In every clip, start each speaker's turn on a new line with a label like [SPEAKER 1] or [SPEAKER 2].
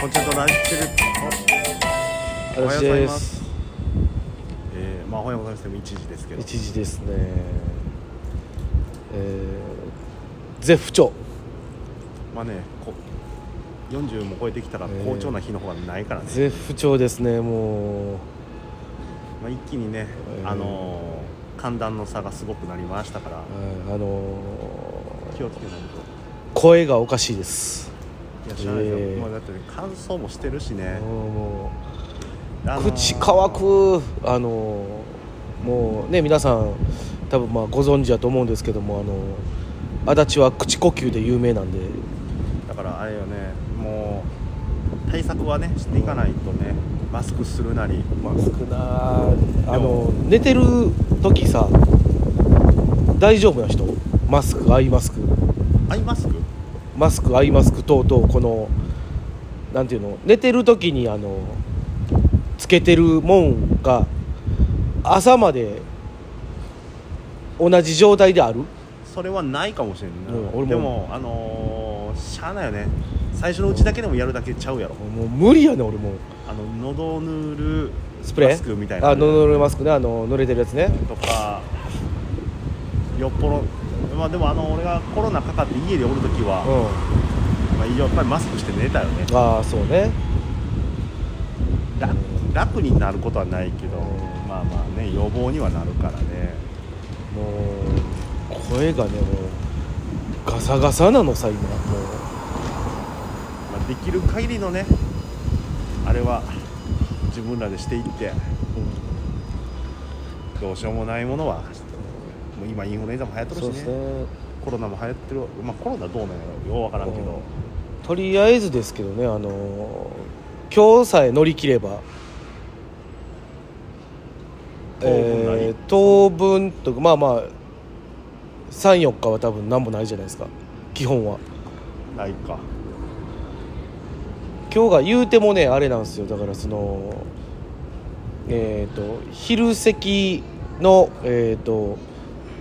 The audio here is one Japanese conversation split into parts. [SPEAKER 1] こんちゃんとライブしてる
[SPEAKER 2] おはようございます
[SPEAKER 1] えー、まあおはようございますでも1時ですけど
[SPEAKER 2] 一時ですねえー、絶不調
[SPEAKER 1] まあねこ40も超えてきたら
[SPEAKER 2] えー
[SPEAKER 1] 好調な日の方がないからね、
[SPEAKER 2] 絶不調ですねもう
[SPEAKER 1] まあ、一気にね、
[SPEAKER 2] えー
[SPEAKER 1] あのー寒暖の差がすごくなりましたから
[SPEAKER 2] はいあの
[SPEAKER 1] 気をつけない
[SPEAKER 2] ー声がおかしいです
[SPEAKER 1] といや知らないけど、
[SPEAKER 2] えー
[SPEAKER 1] もうだって乾燥もしてるしね、
[SPEAKER 2] も
[SPEAKER 1] あの
[SPEAKER 2] う
[SPEAKER 1] ー
[SPEAKER 2] 口乾くあのーもうね皆さん多分まあご存知だと思うんですけどもあのー足立は口呼吸で有名なんで
[SPEAKER 1] だからあれよねもう対策はねしていかないとねマスクするなり
[SPEAKER 2] マスクなあの寝てる時さ大丈夫な人マスクアイマスク
[SPEAKER 1] アイマスク
[SPEAKER 2] マスクアイマスク等々このなんていうの寝てる時にあのつけてるもんが朝まで同じ状態である
[SPEAKER 1] それはないかもしれんな、
[SPEAKER 2] うん俺も
[SPEAKER 1] でもあのー、しゃあないよね最初のうちだけでもやるだけちゃうやろ
[SPEAKER 2] もう無理やね俺もう
[SPEAKER 1] あの喉を塗る
[SPEAKER 2] スプレー
[SPEAKER 1] マスクみたいな
[SPEAKER 2] あののれマスクねあの濡れてるやつね
[SPEAKER 1] とかよっぽどまあでもあの俺がコロナかかって家でおる時は、
[SPEAKER 2] う
[SPEAKER 1] まあ、やっぱりマスクして寝たよね
[SPEAKER 2] んああそうね
[SPEAKER 1] 楽楽になることはないけど、
[SPEAKER 2] うん
[SPEAKER 1] まあまあね予防にはなるからね
[SPEAKER 2] もう声がねもうガサガサなのさ今も
[SPEAKER 1] まあ、できる限りのねあれは自分らでしていって
[SPEAKER 2] う、
[SPEAKER 1] どうしようもないものはもう今インフルエンザも流行っとる
[SPEAKER 2] そう
[SPEAKER 1] し
[SPEAKER 2] で
[SPEAKER 1] ね
[SPEAKER 2] すね
[SPEAKER 1] コロナも流行ってるまあコロナどうなんやろようわからんけど
[SPEAKER 2] とりあえずですけどねあのー今日さえ乗り切れば
[SPEAKER 1] 当分ない
[SPEAKER 2] えー当分とかまあまあ34日は多分何もないじゃないですか基本は
[SPEAKER 1] ないか
[SPEAKER 2] 今日が言うてもねあれなんですよだからそのえっ、と昼席のえっ、と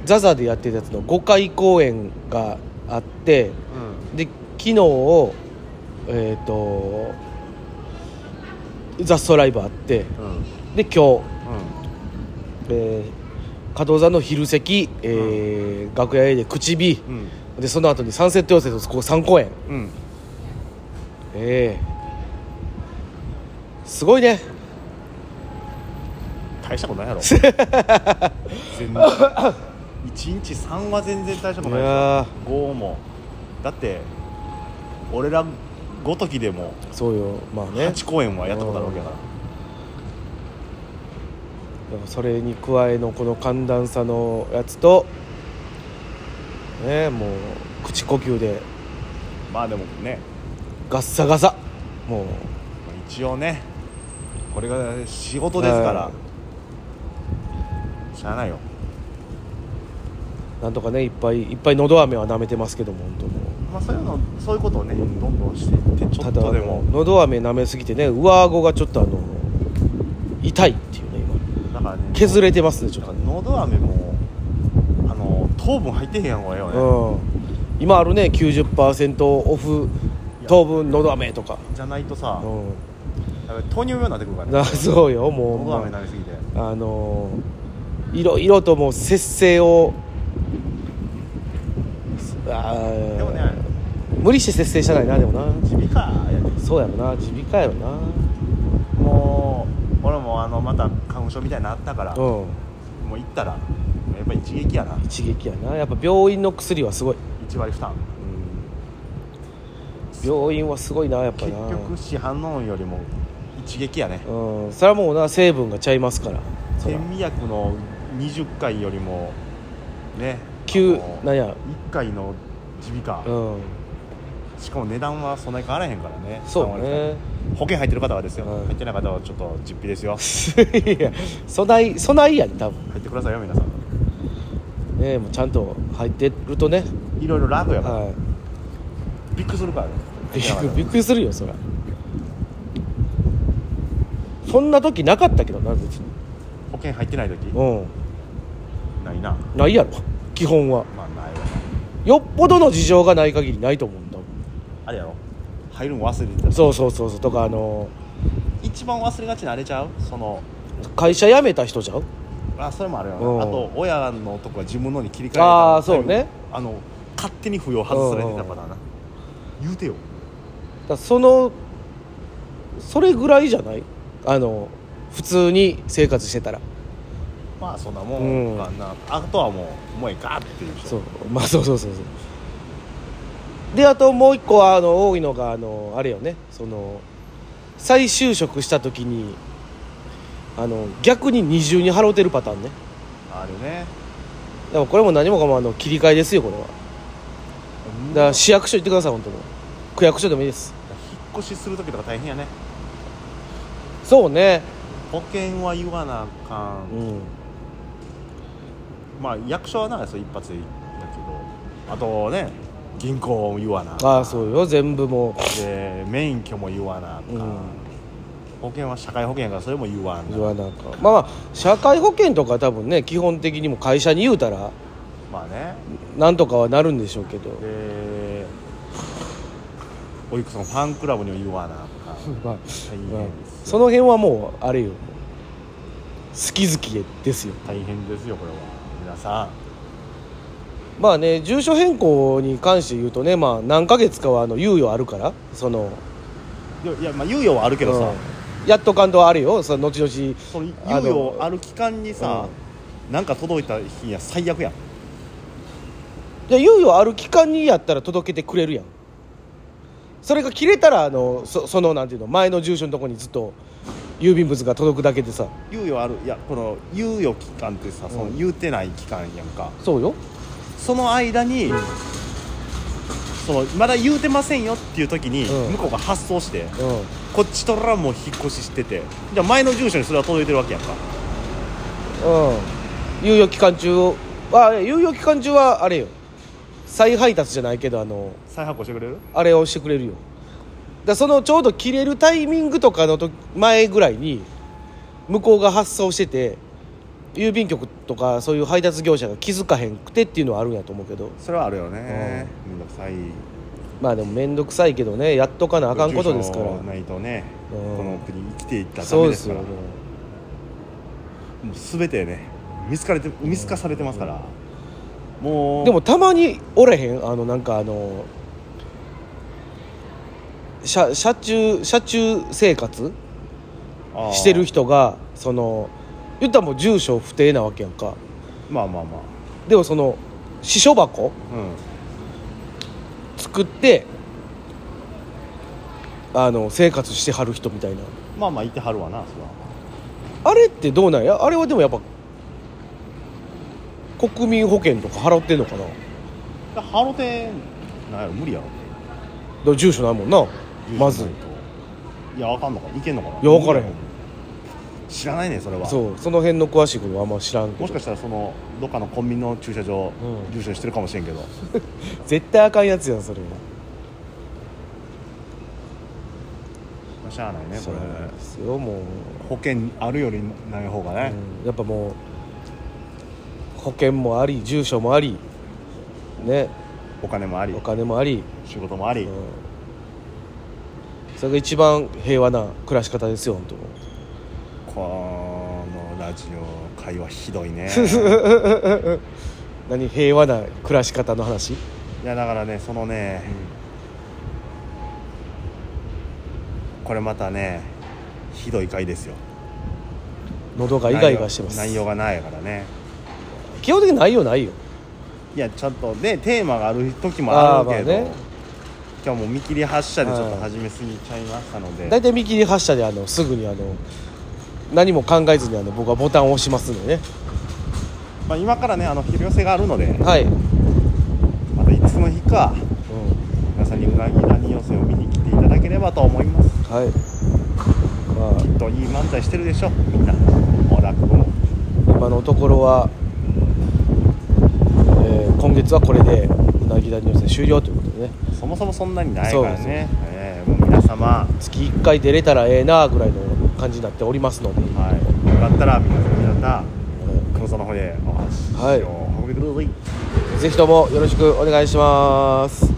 [SPEAKER 2] ザザでやってたやつの5回公演があって
[SPEAKER 1] う
[SPEAKER 2] で昨日をえっ、と雑草ライブあって
[SPEAKER 1] んうんうん
[SPEAKER 2] で今日、えー、加藤座の昼席、えー楽屋 A で口火
[SPEAKER 1] うん
[SPEAKER 2] でその後にサンセット妖精とここ3公演
[SPEAKER 1] うん
[SPEAKER 2] ええすごいね
[SPEAKER 1] 大したこと ないやろ全然一日3は全然大した
[SPEAKER 2] い
[SPEAKER 1] ことないや
[SPEAKER 2] や
[SPEAKER 1] ろ5もだって俺らごときでも
[SPEAKER 2] ーそうよまあね
[SPEAKER 1] 8公演はやったことあるわけだから
[SPEAKER 2] でもそれに加えのこの寒暖差のやつとねもう口呼吸で
[SPEAKER 1] まあでもね
[SPEAKER 2] ガッサガサもう
[SPEAKER 1] まあ一応ねこれが仕事ですから、
[SPEAKER 2] は
[SPEAKER 1] しゃあないよ
[SPEAKER 2] なんとかねいっぱいいっぱいのど飴は舐めてますけども本当もう
[SPEAKER 1] まあそういうのそういうことをねどんどんしていってちょ
[SPEAKER 2] た
[SPEAKER 1] っ
[SPEAKER 2] だ
[SPEAKER 1] とでも
[SPEAKER 2] のど飴舐めすぎてね上顎がちょっとあの痛いっていうね今
[SPEAKER 1] だからね
[SPEAKER 2] 削れてますねちょっとね
[SPEAKER 1] 喉飴もあの糖分入ってへんやんほうがええよね
[SPEAKER 2] うん今あるね90%オフ当分のど飴とか
[SPEAKER 1] じゃないとさ
[SPEAKER 2] う
[SPEAKER 1] やっぱり糖尿病になってくるから
[SPEAKER 2] んな
[SPEAKER 1] ね
[SPEAKER 2] そうよもう
[SPEAKER 1] 喉飴になりすぎて
[SPEAKER 2] あのーいろいろともう節制をあー
[SPEAKER 1] でもね
[SPEAKER 2] 無理して節制したないなでもな
[SPEAKER 1] 耳かやで
[SPEAKER 2] そうやろな耳鼻科やろな
[SPEAKER 1] もう俺もあのまた花粉症みたいになったからも
[SPEAKER 2] うん
[SPEAKER 1] う行ったらやっぱ一撃やな
[SPEAKER 2] 一撃やなやっぱ病院の薬はすごい、
[SPEAKER 1] 1割負担
[SPEAKER 2] 病院はすごいなやっぱ
[SPEAKER 1] 結
[SPEAKER 2] な
[SPEAKER 1] 局市販のよりも一撃やね
[SPEAKER 2] うんそれはもうな成分がちゃいますからそら
[SPEAKER 1] 天美薬の20回よりもね
[SPEAKER 2] 急
[SPEAKER 1] あの
[SPEAKER 2] なんや
[SPEAKER 1] 1回の耳鼻
[SPEAKER 2] う
[SPEAKER 1] 科
[SPEAKER 2] ん
[SPEAKER 1] しかも値段はそんなに変わらへんからね
[SPEAKER 2] そうね
[SPEAKER 1] 保険入ってる方はですよ、
[SPEAKER 2] はい
[SPEAKER 1] 入ってない方はちょっと実費ですよ
[SPEAKER 2] いや備え備えやね多分
[SPEAKER 1] 入ってくださいよ皆さん
[SPEAKER 2] ねもうちゃんと入ってるとね
[SPEAKER 1] いろいろ楽やから、
[SPEAKER 2] は
[SPEAKER 1] びっくりするからね
[SPEAKER 2] いびっくり
[SPEAKER 1] 入
[SPEAKER 2] び
[SPEAKER 1] っ
[SPEAKER 2] っくりするよそらそんな時なかったけどな別に
[SPEAKER 1] 保険入ってない時
[SPEAKER 2] うん
[SPEAKER 1] ないな
[SPEAKER 2] ないやろ基本は
[SPEAKER 1] まあないわ
[SPEAKER 2] よっぽどの事情がない限りないと思うんだもん
[SPEAKER 1] あれやろ入るの忘れてた
[SPEAKER 2] そうそうそうそうとかあの
[SPEAKER 1] 一番忘れがちなれちゃうその
[SPEAKER 2] 会社辞めた人ちゃう
[SPEAKER 1] あそれもあるよね、
[SPEAKER 2] うん
[SPEAKER 1] あと親のとこが自分のに切り替え
[SPEAKER 2] あーそうね
[SPEAKER 1] あの勝手に扶養外されてたからな、言うてよ
[SPEAKER 2] だからそのそれぐらいじゃないあの普通に生活してたら
[SPEAKER 1] まあそんなもんかな、あとはもうもうええかっていう人
[SPEAKER 2] そうまあそうそうそうそうであともう一個はあの多いのがあのあれよねその再就職した時にあの逆に二重に払うてるパターンね
[SPEAKER 1] あるね
[SPEAKER 2] でもこれも何もかもあの切り替えですよこれはだから市役所行ってください本当に区役所でもいいです
[SPEAKER 1] 引っ越しする時とか大変やね
[SPEAKER 2] そうね
[SPEAKER 1] 保険は言わなあかん、
[SPEAKER 2] うん
[SPEAKER 1] まあ役所はなそう一発でいいんだけどあとね銀行も言わな
[SPEAKER 2] ああそうよ全部もう
[SPEAKER 1] で免許も言わなあかん、
[SPEAKER 2] うん
[SPEAKER 1] 保険は社会保険やからそれも言わんな
[SPEAKER 2] 言わなんかまあまあ社会保険とか多分ね基本的にも会社に言うたら
[SPEAKER 1] まあね
[SPEAKER 2] なんとかはなるんでしょうけど
[SPEAKER 1] でおいくつのファンクラブにも言わなあかん
[SPEAKER 2] ま
[SPEAKER 1] 大
[SPEAKER 2] あまあ
[SPEAKER 1] 変です
[SPEAKER 2] その辺はもうあれよ好き好きですよ
[SPEAKER 1] 大変ですよこれは皆さ
[SPEAKER 2] まあね住所変更に関して言うとね、まあ、何ヶ月かはあの猶予あるからその
[SPEAKER 1] んいやいやまあ猶予はあるけどさ、
[SPEAKER 2] うんやっと感動はあるよその後々
[SPEAKER 1] その猶予ある期間にさ、なんか届いた日や最悪やん
[SPEAKER 2] いや猶予ある期間にやったら届けてくれるやんそれが切れたらあのそそのなんていうの前の住所のとこにずっと郵便物が届くだけでさ
[SPEAKER 1] 猶予あるいやこの猶予期間ってさその
[SPEAKER 2] うん
[SPEAKER 1] 言うてない期間やんか、
[SPEAKER 2] そうよ
[SPEAKER 1] その間に、そのまだ言うてませんよっていう時に、
[SPEAKER 2] うん
[SPEAKER 1] 向こうが発送して
[SPEAKER 2] う
[SPEAKER 1] こっちとらもう引っ越ししててじゃあ前の住所にそれは届いてるわけやんか
[SPEAKER 2] んうん猶予期間中をあいや猶予期間中はあれよ再配達じゃないけどあの
[SPEAKER 1] 再発行してくれる
[SPEAKER 2] あれをしてくれるよだそのちょうど切れるタイミングとかのと前ぐらいに向こうが発送してて郵便局とかそういう配達業者が気づかへんくてっていうのはあるんやと思うけど
[SPEAKER 1] それはあるよねめんどくさい
[SPEAKER 2] まあでも面倒くさいけどねやっとかなあかんことですから
[SPEAKER 1] 住所ないとねこ
[SPEAKER 2] うん
[SPEAKER 1] の国生きていったらダ
[SPEAKER 2] そう
[SPEAKER 1] メ
[SPEAKER 2] で
[SPEAKER 1] です
[SPEAKER 2] す
[SPEAKER 1] か
[SPEAKER 2] よ
[SPEAKER 1] ら
[SPEAKER 2] ね
[SPEAKER 1] もう全てね見つかれて見透かされてますから、もう
[SPEAKER 2] でもたまにおれへんあのなんかあの車車中車中生活
[SPEAKER 1] あー
[SPEAKER 2] してる人がその言ったらもう住所不定なわけやんか
[SPEAKER 1] まあまあまあ
[SPEAKER 2] でもその私書箱
[SPEAKER 1] う
[SPEAKER 2] 作ってあの生活してはる人みたいなん
[SPEAKER 1] まあまあいてはるわなそれは
[SPEAKER 2] あれってどうなんやあれはでもやっぱ国民保険とか払ってんのかなだか
[SPEAKER 1] だハロテなんやろ無理やろ
[SPEAKER 2] ら住所ないもんなまず
[SPEAKER 1] 住所ないといやわかんのかいけんのかない
[SPEAKER 2] やわからへん
[SPEAKER 1] 知らないねそれは
[SPEAKER 2] そうその辺の詳しいことはあんま知らんけ
[SPEAKER 1] もし
[SPEAKER 2] ど
[SPEAKER 1] かしたらそのどっかのコンビニの駐車場、
[SPEAKER 2] うん
[SPEAKER 1] 住所にしてるかもしれんけど
[SPEAKER 2] 絶対あかんやつやんそれ
[SPEAKER 1] まあしゃあないねこ
[SPEAKER 2] そう
[SPEAKER 1] れ
[SPEAKER 2] なんですよもう、
[SPEAKER 1] 保険あるよりない方がね、
[SPEAKER 2] うんやっぱもう保険もあり住所もありね
[SPEAKER 1] お金もあり
[SPEAKER 2] お金もあり、
[SPEAKER 1] 仕事もあり、
[SPEAKER 2] うんそれが一番平和な暮らし方ですよ本当
[SPEAKER 1] このラジオ会話ひどい ね
[SPEAKER 2] 何平和な暮らし方の話
[SPEAKER 1] いやだからねそのね、これまたねひどい回ですよ
[SPEAKER 2] 喉がイガイガしてます
[SPEAKER 1] 内容内容がないからね
[SPEAKER 2] 基本的に内容ないよ
[SPEAKER 1] いやちゃんとねテーマがある時もあるけど、
[SPEAKER 2] あーまあね
[SPEAKER 1] 今日も見切り発車でちょっ
[SPEAKER 2] う
[SPEAKER 1] と
[SPEAKER 2] ん
[SPEAKER 1] 始めすぎちゃいましたので、
[SPEAKER 2] 大体見切り発車であのすぐにあの何も考えずにあの僕はボタンを押しますんでね
[SPEAKER 1] まあ、今からねあの昼寄せがあるので
[SPEAKER 2] はい、うん、
[SPEAKER 1] またいつの日か皆さんにうなぎ谷寄せを見に来ていただければと思います
[SPEAKER 2] はいま
[SPEAKER 1] きっといい漫才してるでしょみんなお落語も
[SPEAKER 2] あ今のところは、えー今月はこれでうなぎ谷予選終了ということでね
[SPEAKER 1] そもそもそんなにないか
[SPEAKER 2] そう
[SPEAKER 1] ら
[SPEAKER 2] です
[SPEAKER 1] ね
[SPEAKER 2] ね、
[SPEAKER 1] えーもう皆様
[SPEAKER 2] 月1回出れたらええなぐらいの感じになっておりますので、
[SPEAKER 1] はい、よかったら皆さん皆さ
[SPEAKER 2] え
[SPEAKER 1] ん熊さんの方へお話を
[SPEAKER 2] はい
[SPEAKER 1] 運んでください
[SPEAKER 2] ーぜひともよろしくお願いします